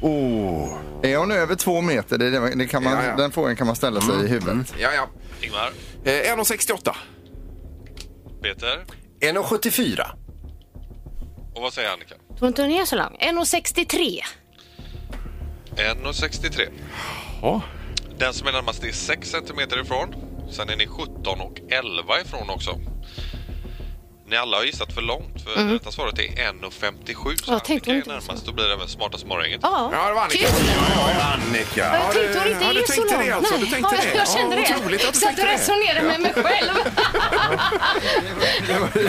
Speaker 5: Oh.
Speaker 7: Är hon över två meter? Det, det, det kan man,
Speaker 4: Ja, ja.
Speaker 7: Den frågan kan man ställa sig i huvudet.
Speaker 4: Ja, ja.
Speaker 10: Ingmar?
Speaker 4: Eh, 1,68.
Speaker 10: Peter?
Speaker 5: 1,74.
Speaker 10: Och vad säger Annika?
Speaker 6: Tror inte hon är så lång. 1,63.
Speaker 10: 1,63.
Speaker 4: Ja.
Speaker 10: Den som är närmast är 6 cm ifrån. Sen är ni 17 och 11 ifrån också. Ni alla har gissat för långt för det rätta svaret är 1.57. Så
Speaker 6: Mm. Ja,
Speaker 10: Annika
Speaker 6: tänkte hon
Speaker 10: är
Speaker 6: inte på
Speaker 10: närmast. Då blir det väl smartaste morgongänget.
Speaker 4: Ja, det var
Speaker 6: Ja,
Speaker 4: Annika.
Speaker 6: kul.
Speaker 5: Annika!
Speaker 6: Jag tänkte hon inte
Speaker 4: ja, du
Speaker 6: är så
Speaker 4: tänkte
Speaker 6: lång.
Speaker 4: det alltså, du
Speaker 6: Nej.
Speaker 4: tänkte
Speaker 6: ja,
Speaker 4: det.
Speaker 6: Jag
Speaker 4: Ja,
Speaker 6: kände
Speaker 4: otroligt att
Speaker 6: det.
Speaker 4: du
Speaker 6: Så att
Speaker 4: tänkte
Speaker 6: jag
Speaker 4: det.
Speaker 6: resonerade med mig själv.
Speaker 7: Det var, ju,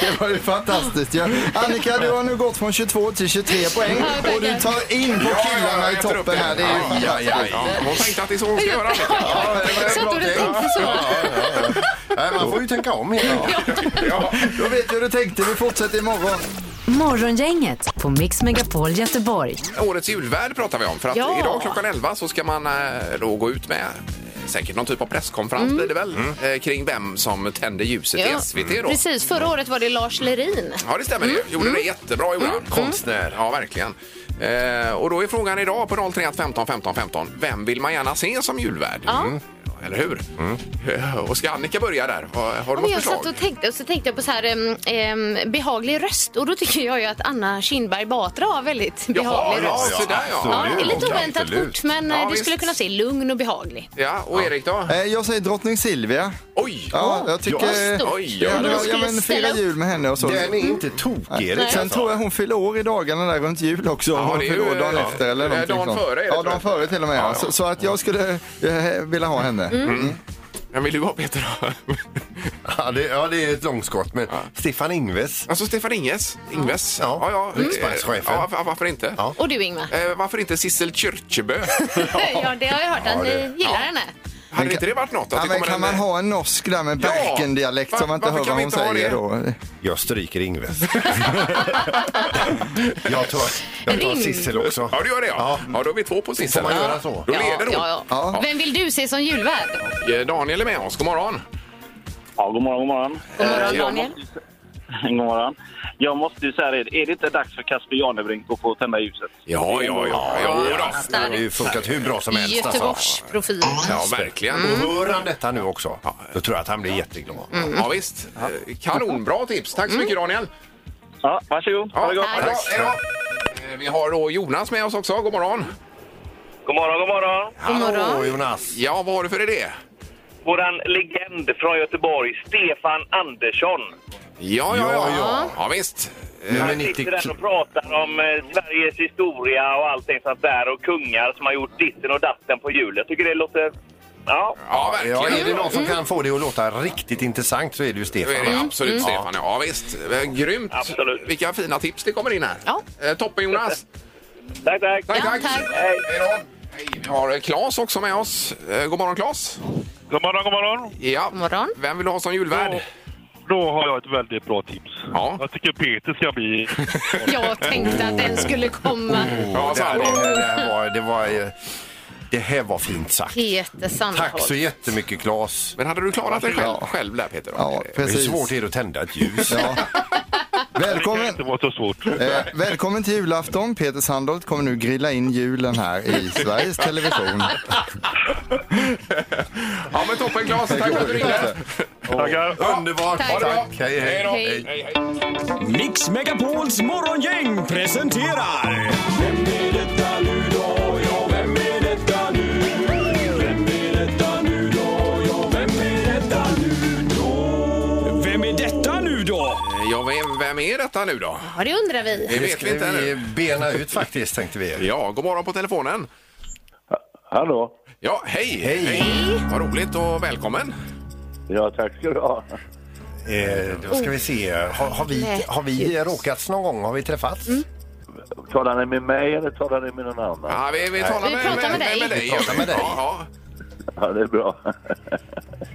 Speaker 7: det var ju fantastiskt ja. Annika, du har nu gått från 22 till 23 poäng
Speaker 6: tackar.
Speaker 7: och du tar in på killarna i toppen här. Det är ju
Speaker 5: Aj, aj, aj.
Speaker 7: fantastiskt.
Speaker 4: Ja, hon tänkte att det är så hon ska göra. Annika.
Speaker 6: Ja,
Speaker 5: var
Speaker 6: Så att
Speaker 5: bra
Speaker 6: du
Speaker 5: tänkt.
Speaker 6: tänkte så.
Speaker 5: Ja, ja, ja. Nej, man får ju tänka om hela tiden.
Speaker 4: Ja.
Speaker 7: Då vet vi hur du tänkte. Vi fortsätter imorgon.
Speaker 3: Morgongänget på Mix Megapol Göteborg.
Speaker 4: Årets julvärd pratar vi om. För att
Speaker 6: Ja.
Speaker 4: idag klockan 11 så ska man eh, då gå ut med eh, säkert någon typ av presskonferens blir det väl
Speaker 7: Mm.
Speaker 4: eh, kring vem som tände ljuset
Speaker 6: Mm. Ja.
Speaker 4: i SVT då.
Speaker 6: Precis, Mm. förra året var det Lars Lerin.
Speaker 4: Ja, det stämmer. ju. Gjorde det jättebra, gjorde
Speaker 6: Mm.
Speaker 4: han. Konstnär. Ja, verkligen. Eh, och då är frågan idag på 031 15 15 15. Vem vill man gärna se som julvärd? Mm.
Speaker 6: Ja.
Speaker 4: Eller hur?
Speaker 7: Mm.
Speaker 4: Eh, Och ska Annika börja där? Har, har du
Speaker 6: Men
Speaker 4: något
Speaker 6: jag satt
Speaker 4: förslag?
Speaker 6: och tänkte och så tänkte jag på så här em, em, behaglig röst och då tycker jag ju att Anna Kinberg Batra har väldigt behaglig
Speaker 4: ja,
Speaker 6: röst.
Speaker 4: så där, ja.
Speaker 5: absolut.
Speaker 6: Ja, det är lite oväntat
Speaker 5: Absolut.
Speaker 6: kort men eh,
Speaker 4: Ja,
Speaker 6: du
Speaker 4: visst.
Speaker 6: skulle kunna se lugn och behaglig.
Speaker 4: Ja, och Erik då?
Speaker 7: Eh, Jag säger drottning Silvia.
Speaker 4: Oj!
Speaker 7: Ja, jag tycker...
Speaker 6: Ja,
Speaker 7: Ja,
Speaker 6: stort.
Speaker 4: Oj,
Speaker 7: eh, ja,
Speaker 4: ja,
Speaker 6: men
Speaker 4: ja.
Speaker 6: då skulle
Speaker 7: ja, men
Speaker 6: jag
Speaker 7: fira
Speaker 6: ställa upp.
Speaker 7: jul med henne och så.
Speaker 5: Den är inte tokig. liksom.
Speaker 6: Nej.
Speaker 7: Sen tror jag hon fyller år i dagarna där runt jul också.
Speaker 4: Ja,
Speaker 7: hon
Speaker 4: det är
Speaker 7: fyller
Speaker 4: ju-
Speaker 7: år dagen
Speaker 4: ja.
Speaker 7: efter eller
Speaker 4: Eh,
Speaker 7: någonting
Speaker 4: dagen
Speaker 7: sånt.
Speaker 4: före är det,
Speaker 7: Ja,
Speaker 4: tror
Speaker 7: dagen
Speaker 4: jag.
Speaker 7: före till och med.
Speaker 4: Ja,
Speaker 7: Ja,
Speaker 4: ja.
Speaker 7: Så, så att jag skulle eh, vilja ha henne.
Speaker 4: Vem vill du ha, Peter? då?
Speaker 5: Ja, det, ja, det är ett långskott. Men Stefan Ingves.
Speaker 4: alltså, Stefan Inges? Ingves?
Speaker 5: Ja. Riksbankschefen.
Speaker 4: Ja, varför- varför inte?
Speaker 5: Ja.
Speaker 6: Och du Ingmar?
Speaker 4: Eh, varför inte Sissel Kyrkjebø?
Speaker 6: Ja, det har jag hört att
Speaker 5: Ja,
Speaker 6: ni
Speaker 5: det-
Speaker 6: gillar henne.
Speaker 4: Hade inte det varit något? Att
Speaker 7: Ja,
Speaker 4: det
Speaker 7: men
Speaker 4: kommer
Speaker 7: kan
Speaker 4: en-
Speaker 7: man ha en norsk där med
Speaker 4: Ja!
Speaker 7: Berken-dialekt
Speaker 4: Va-
Speaker 7: så man inte
Speaker 4: varför
Speaker 7: hör
Speaker 4: kan vi
Speaker 7: vad hon
Speaker 4: inte ha
Speaker 7: säger
Speaker 4: det?
Speaker 7: då?
Speaker 5: Jag stryker Ingves. jag tar, jag tar
Speaker 6: Ring.
Speaker 5: Sissel också.
Speaker 4: Ja, du gör det ja.
Speaker 5: Ja.
Speaker 4: Ja, då är vi två på Sissel.
Speaker 5: Får man göra så?
Speaker 4: Då leder hon.
Speaker 6: ja,
Speaker 7: Ja.
Speaker 6: ja. Vem vill du se som julvärd?
Speaker 4: Eh, Daniel är med oss. God morgon.
Speaker 1: Ja, god morgon, god morgon.
Speaker 4: Eh,
Speaker 6: God morgon,
Speaker 4: jag
Speaker 6: Daniel.
Speaker 1: God morgon. Jag måste ju säga det, är det inte dags för Kasper Janebrink att få tända ljuset?
Speaker 4: Ja, ja, ja. Jo då.
Speaker 5: Det har ju funkat hur bra som helst. Alltså.
Speaker 6: Göteborgsprofil.
Speaker 4: Ja, verkligen.
Speaker 5: Hör han detta nu också, då tror jag att han blir jätteglad.
Speaker 4: Ja, visst. Eh, Kanonbra tips. Tack så mycket, Daniel.
Speaker 1: Ja, varsågod.
Speaker 4: Ja,
Speaker 1: Ha det gott.
Speaker 4: bra. Hej då. Eh, Vi har då Jonas med oss också. God morgon.
Speaker 1: God morgon, god morgon.
Speaker 6: God morgon.
Speaker 5: Åh, Jonas.
Speaker 4: Ja, vad har du för idé?
Speaker 1: Våran legend från Göteborg, Stefan Andersson.
Speaker 4: Ja, ja, ja. Ja, visst. Eh,
Speaker 5: Nummer
Speaker 1: Han
Speaker 5: 90.
Speaker 1: sitter där och pratar om eh, Sveriges historia och allting sånt där och kungar som har gjort ditten och datten på jul. Jag tycker det låter... Ja,
Speaker 4: Ja,
Speaker 5: Ja, är det
Speaker 4: verkligen. Mm.
Speaker 5: någon Mm. som kan få det att låta riktigt intressant så är det ju
Speaker 4: Då är det
Speaker 5: Stefan.
Speaker 4: absolut Stefan. Ja, visst. Eh, Grymt.
Speaker 1: Absolut.
Speaker 4: Vilka fina tips det kommer in här.
Speaker 6: Ja.
Speaker 4: Eh, Toppen, Jonas.
Speaker 1: tack, tack.
Speaker 4: Tack,
Speaker 6: Ja,
Speaker 4: tack.
Speaker 6: tack.
Speaker 4: Hej. Hej då. Hej, Vi har Claes också med oss. Eh, God morgon, Claes.
Speaker 1: God morgon, god morgon.
Speaker 4: Ja.
Speaker 6: God morgon.
Speaker 4: Vem vill du ha som julvärd?
Speaker 1: Då har jag ett väldigt bra tips.
Speaker 4: Ja.
Speaker 1: Jag tycker Peter ska bli...
Speaker 6: Jag tänkte att den skulle komma.
Speaker 4: Ja,
Speaker 5: Det
Speaker 4: så
Speaker 5: här,
Speaker 4: här
Speaker 5: det,
Speaker 4: då.
Speaker 5: här, det, här var, det, var, eh, det här var fint sagt.
Speaker 6: Peter
Speaker 5: Tack så
Speaker 6: Sandholt.
Speaker 5: jättemycket, Claes.
Speaker 4: Men hade du klarat dig själv, själv där, Peter? då?
Speaker 7: Ja,
Speaker 5: Hur
Speaker 7: precis.
Speaker 5: svårt är det att tända ett ljus?
Speaker 7: Välkommen,
Speaker 1: vara så svårt.
Speaker 7: eh, välkommen till julafton. Peter Sandholt kommer nu grilla in julen här i Sveriges Television.
Speaker 4: ja, men toppen, Claes. Tack för att du ringde.
Speaker 5: Åh, Underbart!
Speaker 6: Tack.
Speaker 5: Tack. Hej, hej.
Speaker 4: då.
Speaker 6: Hej.
Speaker 4: Hej, hej.
Speaker 11: Mix Megapols morgongäng presenterar... Vem är detta nu då? Ja, vem är detta nu? Vem är detta nu då? Ja, vem är detta nu då? Vem är detta nu då?
Speaker 4: Ja, vem, vem är detta nu då?
Speaker 6: Ja, det undrar vi.
Speaker 4: Det
Speaker 5: Det
Speaker 4: vet
Speaker 5: ska
Speaker 4: vi inte
Speaker 5: vi
Speaker 4: ännu.
Speaker 5: bena ut faktiskt, tänkte vi.
Speaker 4: Ja, god morgon på telefonen.
Speaker 8: Hallå?
Speaker 4: Ja, hej!
Speaker 5: Hej.
Speaker 4: Vad roligt och välkommen.
Speaker 8: Ja, tack ska du ha.
Speaker 5: Eh, då ska vi se. Har, har, vi, har vi råkats någon gång? Har vi träffats?
Speaker 4: Mm.
Speaker 8: Talar ni med mig eller talar ni med någon annan?
Speaker 4: Ja, vi, vi talar
Speaker 6: Vi pratar med dig.
Speaker 4: med dig.
Speaker 5: Vi pratar med dig.
Speaker 4: Ja,
Speaker 8: Ja, det är bra.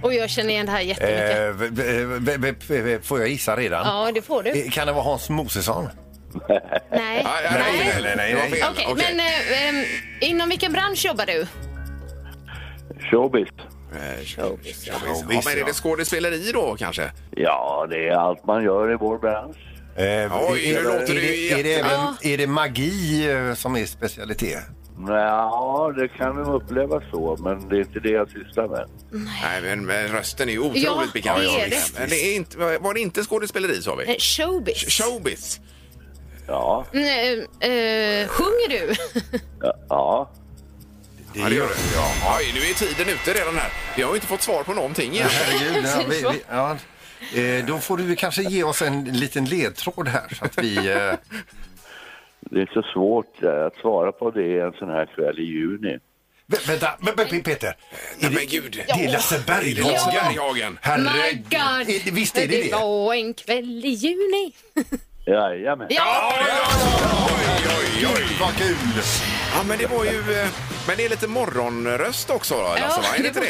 Speaker 6: Och jag känner igen det här jättemycket.
Speaker 5: Eh, v- v- v- v- får jag gissa redan?
Speaker 6: Ja, det får du.
Speaker 5: Eh, Kan det vara Hans Mosesson?
Speaker 6: Nej.
Speaker 4: ja. Ja,
Speaker 5: Nej, nej, nej, nej.
Speaker 4: eh, Det var fel.
Speaker 6: Okej,
Speaker 4: Okej.
Speaker 6: men eh, em, inom vilken bransch jobbar du?
Speaker 8: Showbiz.
Speaker 4: Eh, showbiz, ja, visst.
Speaker 5: Showbiz,
Speaker 4: Ja, men är det
Speaker 5: ja.
Speaker 4: skådespeleri då kanske?
Speaker 8: Ja, det är allt man gör i vår bransch.
Speaker 5: Eh,
Speaker 4: Oj,
Speaker 5: är,
Speaker 4: nu låter det
Speaker 5: är,
Speaker 4: ju
Speaker 5: är, det
Speaker 4: jätte-
Speaker 5: även, är det magi eh, som är specialitet?
Speaker 8: Ja, det kan nog upplevas så, men det är inte det jag sysslar med.
Speaker 4: Nej, men, men rösten är ju otroligt
Speaker 6: Ja,
Speaker 4: bekant.
Speaker 6: det är det.
Speaker 4: Men det är inte, var det inte skådespeleri sa vi?
Speaker 6: Eh, Showbiz.
Speaker 4: Showbiz.
Speaker 8: Ja,
Speaker 6: Mm, eh, eh, sjunger du?
Speaker 8: ja.
Speaker 4: Ja, det gör det. Ja. Oj, nu är tiden ute redan här. Vi har ju inte fått svar på någonting. egentligen.
Speaker 5: Herregud, ja, vi, vi, ja. Eh, då får du kanske ge oss en liten ledtråd här så att vi... Eh,
Speaker 12: Det är så svårt eh, att svara på det en sån här kväll i juni.
Speaker 5: Vä- vänta, men, men, Peter. Är det,
Speaker 4: Eh, gud.
Speaker 5: Det är Lasse Berghagen.
Speaker 4: Berghagen.
Speaker 6: My
Speaker 5: Herregud.
Speaker 6: God.
Speaker 5: Är- Visst är det det?
Speaker 6: var en kväll i juni.
Speaker 12: Jajamän.
Speaker 6: Ja,
Speaker 4: Oj, oj,
Speaker 5: vad kul!
Speaker 4: Ja, men det var ju... eh, Men det är lite morgonröst också, va, Lasse?
Speaker 6: Ja,
Speaker 4: va? Är det inte
Speaker 6: det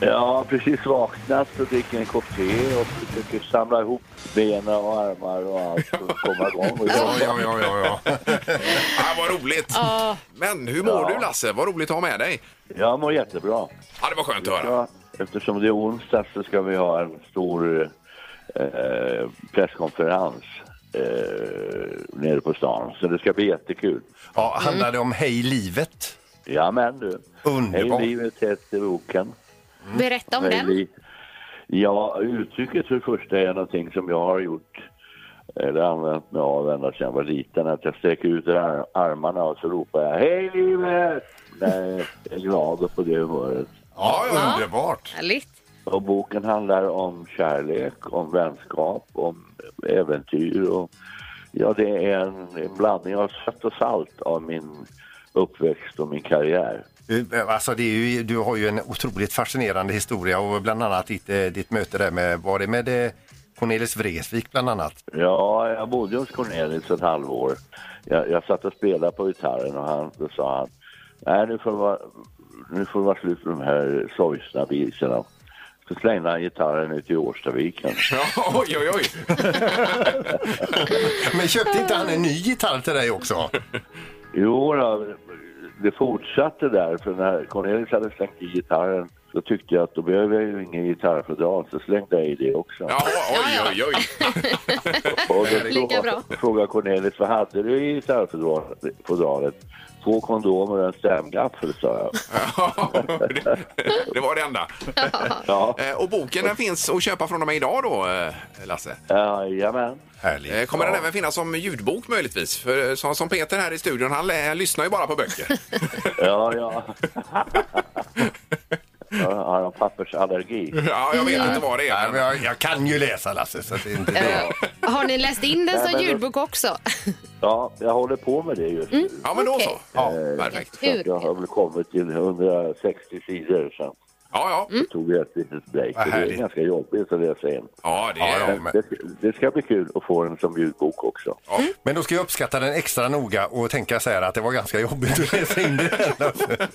Speaker 4: det?
Speaker 12: Ja, precis vaknat och dricker en kopp te och försöker samla ihop benen och armar och allt och komma igång. Och
Speaker 4: Ja, ja, ja, ja. ja. ja vad roligt.
Speaker 6: Ja.
Speaker 4: Men hur mår
Speaker 12: Ja.
Speaker 4: du, Lasse? Vad roligt att ha med dig.
Speaker 12: Jag mår jättebra.
Speaker 4: Ja, det var skönt att höra.
Speaker 12: Ja, eftersom det är onsdag så ska vi ha en stor eh, presskonferens eh, nere på stan. Så det ska bli jättekul.
Speaker 5: Ja, handlar det om Hej livet?
Speaker 12: Ja men du.
Speaker 5: Underbart.
Speaker 12: Hej livet heter boken.
Speaker 6: Berätta om
Speaker 12: Hej,
Speaker 6: den.
Speaker 12: Li. Ja, uttrycket för det första är någonting som jag har gjort eller använt mig av ända sedan jag var liten. Att jag sträcker ut ar- armarna och så ropar jag Hej livet! När jag är glad och på det humöret.
Speaker 5: Ja,
Speaker 6: Ja.
Speaker 5: underbart.
Speaker 6: Härligt.
Speaker 12: Och boken handlar om kärlek, om vänskap, om äventyr. Och, ja, det är en, en blandning av sött och salt av min uppväxt och min karriär.
Speaker 5: Eh, Alltså det är ju, du har ju en otroligt fascinerande historia och bland annat ditt, eh, ditt möte där med, var det med eh, Cornelis Vreeswijk bland annat?
Speaker 12: Ja, jag bodde hos Cornelis ett halvår. Jag, jag satt och spelade på gitarren och han, då sa han Nej, nu får det vara, nu får det vara slut med de här sorgsna visorna. Så slängde han gitarren ut i Årstaviken.
Speaker 4: Ja, oj, oj, oj.
Speaker 5: Men köpte inte han en ny gitarr till dig också?
Speaker 12: Jo, då, det fortsatte där, för när Cornelis hade slängt i gitarren så tyckte jag att då behöver jag ju ingen gitarrfodral, så slängde jag i det också.
Speaker 4: Ja, oj, oj, oj.
Speaker 12: Och då
Speaker 6: Lika bra.
Speaker 12: frågade Cornelis, vad hade du i gitarrfodralet? Två kondomer och en stämgaffel, sa jag.
Speaker 4: Ja, det, det var det enda.
Speaker 12: Ja.
Speaker 4: Eh, Och boken den finns att köpa från och med idag då, eh, Lasse?
Speaker 12: Jajamän.
Speaker 4: Eh,
Speaker 5: Härligt.
Speaker 4: Kommer den även finnas som ljudbok möjligtvis? För eh, som, som Peter här i studion, han lä- lyssnar ju bara på böcker.
Speaker 12: Ja, ja. Jag har en pappersallergi.
Speaker 4: ja, jag vet inte vad det
Speaker 5: Nej,
Speaker 4: är.
Speaker 5: men
Speaker 4: Men...
Speaker 5: jag, jag kan ju läsa Lasse så att det är inte det.
Speaker 6: Eh, har ni läst in den
Speaker 12: Nej,
Speaker 6: som
Speaker 12: men-
Speaker 6: ljudbok också?
Speaker 12: Ja, jag håller på med det just nu.
Speaker 4: Ja, men då så.
Speaker 6: Okej.
Speaker 4: Ja,
Speaker 12: Eh,
Speaker 4: perfekt.
Speaker 12: Så att jag har väl kommit till 160 sidor sen.
Speaker 4: Ja, ja.
Speaker 12: Tog jag ett litet break.
Speaker 5: Vad
Speaker 12: Så Det är
Speaker 5: härligt.
Speaker 12: ganska jobbigt att läsa in.
Speaker 4: Ja, det
Speaker 5: Ja,
Speaker 4: är...
Speaker 5: men-
Speaker 12: Det, det ska bli kul att få den som ljudbok också.
Speaker 5: Men då ska jag uppskatta den extra noga och tänka så här att det var ganska jobbigt att läsa in det. Lasse.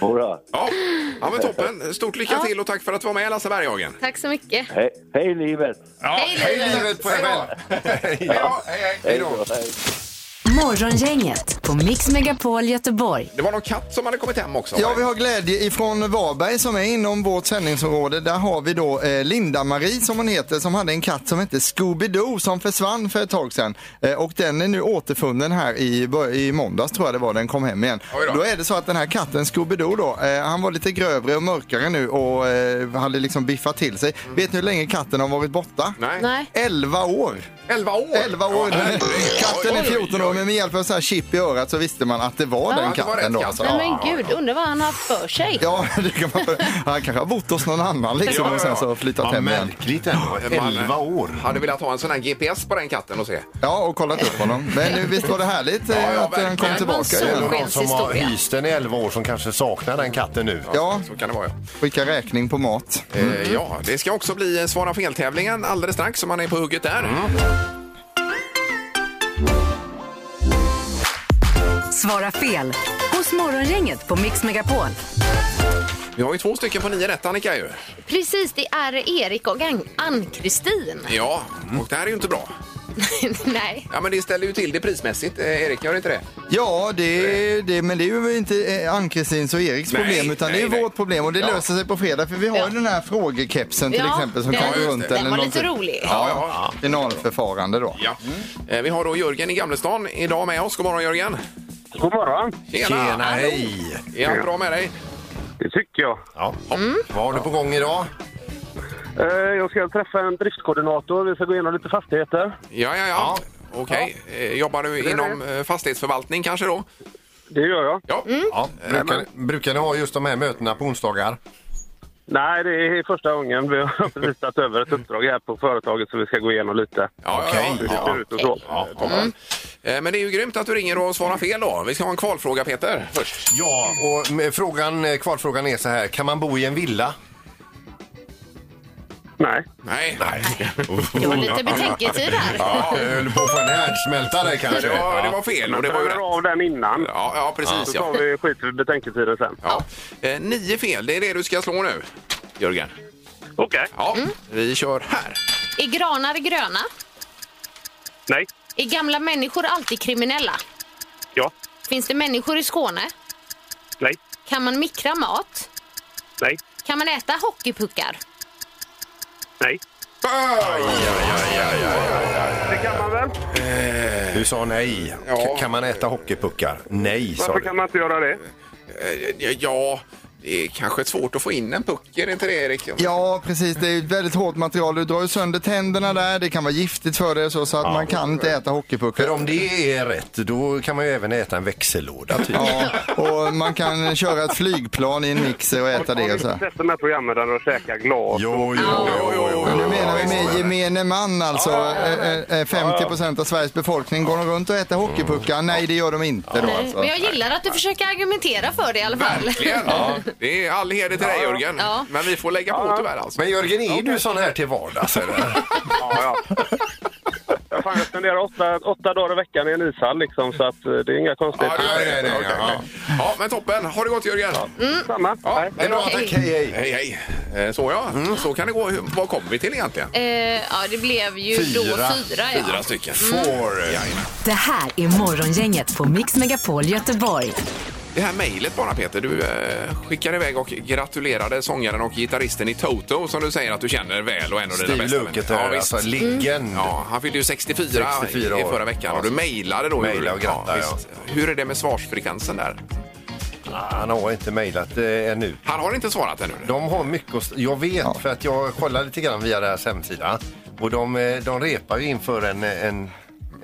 Speaker 12: Hurra.
Speaker 4: Ja. ja, men toppen. Stort lycka till och tack för att du var med Lasse Berghagen.
Speaker 6: Tack så mycket.
Speaker 12: Hej, hej livet!
Speaker 5: Ja,
Speaker 6: Hej,
Speaker 5: hej
Speaker 6: livet.
Speaker 5: livet på er väl. Hej då. Hej, hej.
Speaker 12: Hej
Speaker 5: Hej då.
Speaker 12: då, hej.
Speaker 3: Morgongänget på Mix Megapol Göteborg.
Speaker 4: Det var någon katt som hade kommit hem också.
Speaker 7: Ja, vi har glädje ifrån Varberg som är inom vårt sändningsområde. Där har vi då eh, Linda-Marie som hon heter som hade en katt som hette Scooby-Doo som försvann för ett tag sedan. Eh, och den är nu återfunnen här i, bör- i måndags tror jag det var, den kom hem igen.
Speaker 4: Oj då.
Speaker 7: Då är det så att den här katten Scooby-Doo då, eh, han var lite grövre och mörkare nu och eh, hade liksom biffat till sig. Vet ni hur länge katten har varit borta?
Speaker 4: Mm. Nej.
Speaker 6: Nej.
Speaker 7: 11 år.
Speaker 4: 11 år.
Speaker 7: 11 år.
Speaker 4: Ja, herregud.
Speaker 7: katten är
Speaker 4: Oj, oj,
Speaker 7: 14 år
Speaker 4: oj.
Speaker 7: men med hjälp av så här chip i örat så visste man att det var den
Speaker 6: Ja.
Speaker 4: Ja, det var
Speaker 7: katten
Speaker 4: rätt
Speaker 7: då.
Speaker 4: katt.
Speaker 7: Alltså.
Speaker 6: Nej, men gud, undrar vad han har haft för sig.
Speaker 7: Ja, det kan man, han kanske har bott hos någon annan liksom
Speaker 4: Ja, ja,
Speaker 7: och sen så
Speaker 4: ja.
Speaker 7: flyttat
Speaker 5: Vad
Speaker 7: hem igen.
Speaker 5: märkligt ändå.
Speaker 4: Man, eh,
Speaker 5: 11 år.
Speaker 4: Hade velat ha en sån här GPS på den katten och se.
Speaker 7: Ja, och kollat upp honom. Men nu, visst var det härligt eh,
Speaker 4: Ja, ja,
Speaker 7: att han kom
Speaker 4: verkligen.
Speaker 7: tillbaka
Speaker 6: Det var en
Speaker 7: igen.
Speaker 6: sån.
Speaker 5: Någon som har
Speaker 6: Historia.
Speaker 5: hyst den i 11 år som kanske saknar den katten nu.
Speaker 7: Ja,
Speaker 4: Så kan det vara. ja.
Speaker 7: skicka räkning på mat.
Speaker 4: Eh, ja, det ska också bli eh, Svara fel-tävlingen alldeles strax om man är på hugget där.
Speaker 3: Svara fel hos Morgongänget på Mix Megapol.
Speaker 4: Vi har ju två stycken på nio rätt Annika ju.
Speaker 6: Precis, det är Erik och Ang- Ann-Kristin.
Speaker 4: Ja, och det här är ju inte bra.
Speaker 6: Nej.
Speaker 4: Ja, men det ställer ju till det prismässigt. Eh, Erik, gör det inte det?
Speaker 7: Ja, det, det, men det är ju inte eh, Ann-Kristins och Eriks
Speaker 4: Nej,
Speaker 7: problem utan det är
Speaker 4: nej, nej.
Speaker 7: vårt problem och det
Speaker 4: Ja.
Speaker 7: löser sig på fredag för vi har ju
Speaker 6: Ja.
Speaker 7: den här frågekepsen till
Speaker 6: Ja,
Speaker 7: exempel som
Speaker 6: den-
Speaker 7: kan gå
Speaker 4: Ja,
Speaker 7: runt
Speaker 4: just det.
Speaker 6: Den var lite
Speaker 7: någonting.
Speaker 6: rolig.
Speaker 4: Ja, ja.
Speaker 7: Finalförfarande då.
Speaker 4: ja. Eh, Vi har då Jörgen i Gamlestan idag med oss. God morgon Jörgen!
Speaker 8: God morgon.
Speaker 4: Tjena!
Speaker 5: Tjena, hej!
Speaker 4: Är allt bra med dig?
Speaker 8: Det tycker jag.
Speaker 5: Ja. Vad har du på gång idag?
Speaker 8: Eh, Jag ska träffa en driftkoordinator. Vi ska gå igenom lite fastigheter.
Speaker 4: Ja, ja, ja. Okej. Eh, Jobbar du inom eh, fastighetsförvaltning kanske då?
Speaker 8: Det gör jag.
Speaker 4: Ja.
Speaker 5: Ja. Brukar, brukar ni ha just de här mötena på onsdagar?
Speaker 13: Nej, det är första gången. Vi har precis tagit över ett uppdrag här på företaget så vi ska gå igenom lite.
Speaker 4: Okej.
Speaker 13: Hur det
Speaker 4: Ja.
Speaker 13: ser ut och så.
Speaker 4: Ja, toppen. Eh, Men det är ju grymt att du ringer och svarar fel då. Vi ska ha en kvalfråga Peter först.
Speaker 5: Ja, och med frågan, eh, kvalfrågan är så här. Kan man bo i en villa?
Speaker 13: Nej.
Speaker 4: Nej.
Speaker 6: Det var lite betänketid där.
Speaker 5: Ja, jag höll Eh, på att få en härdsmälta där kanske.
Speaker 4: Ja, det var fel. Och det var ju
Speaker 13: Drar av den innan.
Speaker 4: Ja, ja precis.
Speaker 13: Så tar
Speaker 4: Ah, Ja.
Speaker 13: vi skit i betänketiden sen.
Speaker 4: Ja. Eh, Nio fel, det är det du ska slå nu, Jörgen.
Speaker 13: Okej.
Speaker 4: Ja, vi kör här.
Speaker 6: Är granar gröna?
Speaker 13: Nej.
Speaker 6: Är gamla människor alltid kriminella?
Speaker 13: Ja.
Speaker 6: Finns det människor i Skåne?
Speaker 13: Nej.
Speaker 6: Kan man mikra mat?
Speaker 13: Nej.
Speaker 6: Kan man äta hockeypuckar?
Speaker 13: Nej. Det kan man väl?
Speaker 5: Du sa nej. K- Kan man äta hockeypuckar? Nej, sa
Speaker 13: Varför
Speaker 5: du.
Speaker 13: kan man inte göra det?
Speaker 4: Eh, Ja, det är kanske svårt att få in en puck, är det inte det Erik?
Speaker 7: Ja, precis. Det är ju ett väldigt hårt material. Du drar ju sönder tänderna där. Det kan vara giftigt för dig så, så att man kan inte äta hockeypuckar.
Speaker 5: För om det är rätt, då kan man ju även äta en växellåda typ.
Speaker 7: Ja, och man kan köra ett flygplan i en mixer och äta det. och Så. här.
Speaker 13: Testa med programmet där de käkar glas.
Speaker 5: Jo, jo, jo, jo,
Speaker 7: Nu menar vi med gemene man alltså. Eh, eh, 50 procent av Sveriges befolkning. Går de runt och äter hockeypuckar?
Speaker 5: Mm.
Speaker 7: Nej, det gör de inte då alltså.
Speaker 6: Men jag gillar att du försöker argumentera för det i alla fall.
Speaker 4: Verkligen. Det är all heder till dig Jörgen.
Speaker 6: Ja.
Speaker 4: Men vi får lägga på tyvärr alltså.
Speaker 5: Men Jörgen, är du sån här till vardags? eller?
Speaker 13: Ja, ja. Jag fan, jag spenderar åtta, åtta dagar i veckan i en ishall liksom, så att eh, det är inga konstigheter.
Speaker 4: Ja, det är det. Okej, okej. ja, men toppen. Ha det gott Jörgen. Mm.
Speaker 13: Samma. Nej.
Speaker 5: Hej då, tack. Hej, hej.
Speaker 4: Hej, hej. Eh, Så ja, så kan det gå. Hur- Vad kom vi till egentligen?
Speaker 6: Eh, ja, det blev ju då fyra. Ja.
Speaker 4: Fyra stycken.
Speaker 5: Four.
Speaker 4: Jajamän.
Speaker 3: Det här är Morgongänget på Mix Megapol Göteborg.
Speaker 4: Det här mejlet bara Peter, du eh, skickade iväg och gratulerade sångaren och gitarristen i Toto som du säger att du känner väl och en av dina
Speaker 5: Steve
Speaker 4: bästa
Speaker 5: Lukather,
Speaker 4: vänner. Ja, visst.
Speaker 5: alltså legend.
Speaker 4: Ja, han fyllde ju 64,
Speaker 5: 64
Speaker 4: i
Speaker 5: år.
Speaker 4: förra veckan och du mejlade då.
Speaker 5: Mejlade och grattade,
Speaker 4: visst. Hur är det med svarsfrekvensen där?
Speaker 5: Han har inte mejlat eh, ännu.
Speaker 4: Han har inte svarat ännu.
Speaker 5: De har mycket att... Jag vet, för att jag kollade lite grann via deras hemsida. Och de, eh, de repar ju inför en, eh, en,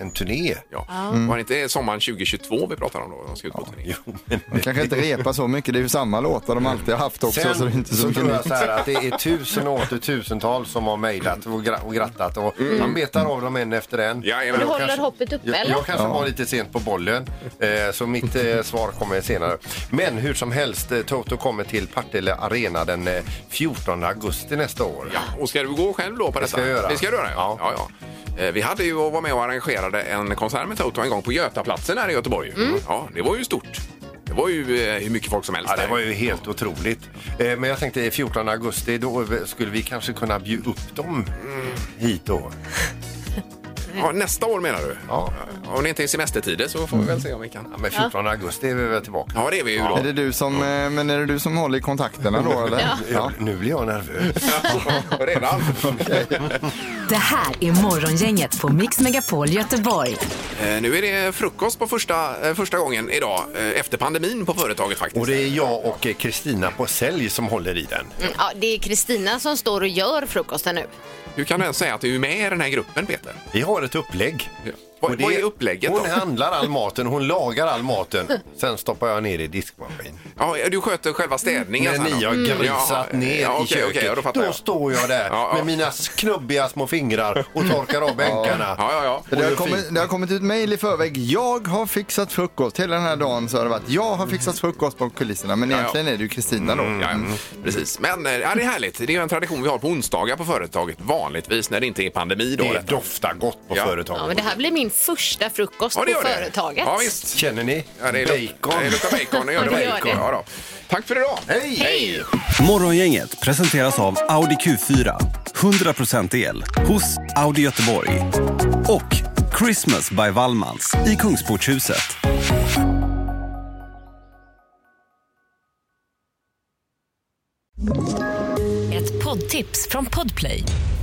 Speaker 5: en turné.
Speaker 4: Ja. Var det inte sommaren 2022 vi pratade om då? De ska ut på turné.
Speaker 5: Jo, men...
Speaker 7: De kanske inte repa så mycket. Det är ju samma låtar de alltid har haft också.
Speaker 5: Sen
Speaker 7: så
Speaker 5: så,
Speaker 7: det är inte så mycket
Speaker 5: tror jag
Speaker 7: nytt.
Speaker 5: så här att det är tusen och åter tusentals som har mejlat och, gra- och grattat. Och
Speaker 7: Mm.
Speaker 5: Man betar av dem en efter en.
Speaker 4: Jajamän.
Speaker 6: Du
Speaker 5: Jag
Speaker 6: håller hoppet uppe,
Speaker 5: jag,
Speaker 6: eller?
Speaker 5: jag kanske var lite sent på bollen, eh, så mitt eh, svar kommer senare. Men hur som helst, eh, Toto kommer till Partille Arena den eh, 14 augusti nästa år.
Speaker 4: Ja, och ska du gå själv då på detta?
Speaker 5: ska jag göra.
Speaker 4: Det ska du göra, ja.
Speaker 5: Ja.
Speaker 4: ja, ja. Eh, Vi hade ju och var med och arrangerade en konsert med Toto en gång på Götaplatsen här i Göteborg.
Speaker 5: Mm.
Speaker 4: Mm. Ja, det var ju stort. Det var ju eh, hur mycket folk som helst
Speaker 5: Ja, det
Speaker 4: där.
Speaker 5: var ju helt otroligt. Eh, Men jag tänkte 14 augusti, då skulle vi kanske kunna bjuda upp dem hit då.
Speaker 4: Ja, nästa år menar du?
Speaker 5: Ja.
Speaker 4: Om det inte är semestertider så får vi väl se om vi kan.
Speaker 5: Ja, men 14 augusti är vi väl tillbaka.
Speaker 4: Ja, det är vi ju då.
Speaker 7: Är det du som, eh, men är det du som håller i kontakterna då eller?
Speaker 5: Ja. Eh, Nu blir jag nervös.
Speaker 4: Redan?
Speaker 3: Det här är Morgongänget på Mix Megapol Göteborg.
Speaker 4: Eh, Nu är det frukost på första, eh, första gången idag eh, efter pandemin på företaget faktiskt.
Speaker 5: Och det är jag och eh, Kristina på sälj som håller i den.
Speaker 6: Mm, ja, det är Kristina som står och gör frukosten nu.
Speaker 4: Hur kan du ens säga att du är med i den här gruppen Peter?
Speaker 5: Vi har ett upplägg.
Speaker 4: Ja. Vad-
Speaker 5: Och det-
Speaker 4: vad är upplägget
Speaker 5: Hon
Speaker 4: då?
Speaker 5: handlar all maten, hon lagar all maten. Sen stoppar jag ner i diskmaskinen.
Speaker 4: Ja, du sköter själva städningen
Speaker 5: Mm. När
Speaker 4: sen då? Mm.
Speaker 5: ni har grisat
Speaker 4: Ja,
Speaker 5: ner
Speaker 4: ja,
Speaker 5: i
Speaker 4: okej,
Speaker 5: köket,
Speaker 4: okej, ja, då fattar
Speaker 5: då
Speaker 4: jag.
Speaker 5: står jag där
Speaker 4: Ja, ja.
Speaker 5: med mina knubbiga små fingrar och torkar av bänkarna.
Speaker 4: Ja, ja, ja.
Speaker 7: Det har,
Speaker 5: Och
Speaker 7: kommit, det har kommit ut mejl i förväg. Jag har fixat frukost. Hela den här dagen så har det varit jag har fixat frukost på kulisserna. Men
Speaker 4: Ja, ja.
Speaker 7: egentligen är det ju Kristina
Speaker 5: Mm.
Speaker 6: Mm.
Speaker 7: då.
Speaker 4: Ja, ja. Precis. Men eh, ja, det är härligt. Det är ju en tradition vi har på onsdagar på företaget vanligtvis när det inte är pandemi. Då,
Speaker 5: Det
Speaker 4: detta.
Speaker 5: doftar gott på
Speaker 4: Ja.
Speaker 6: Ja,
Speaker 5: företaget.
Speaker 6: men det här blir min första frukost
Speaker 4: Ja, det
Speaker 6: på
Speaker 4: gör det.
Speaker 6: företaget.
Speaker 4: Ja, visst.
Speaker 5: Känner ni?
Speaker 4: Ja, det är
Speaker 5: Bacon.
Speaker 4: Det luktar bacon. Det gör
Speaker 6: Ja,
Speaker 4: det.
Speaker 6: det gör
Speaker 4: Bacon.
Speaker 6: det.
Speaker 4: Ja, då. Tack för idag.
Speaker 5: Hej!
Speaker 4: Hej!
Speaker 11: Morgongänget presenteras av Audi Q4. 100% el hos Audi Göteborg. Och Christmas by Wallmans i Kungsportshuset.
Speaker 14: Ett poddtips från Podplay.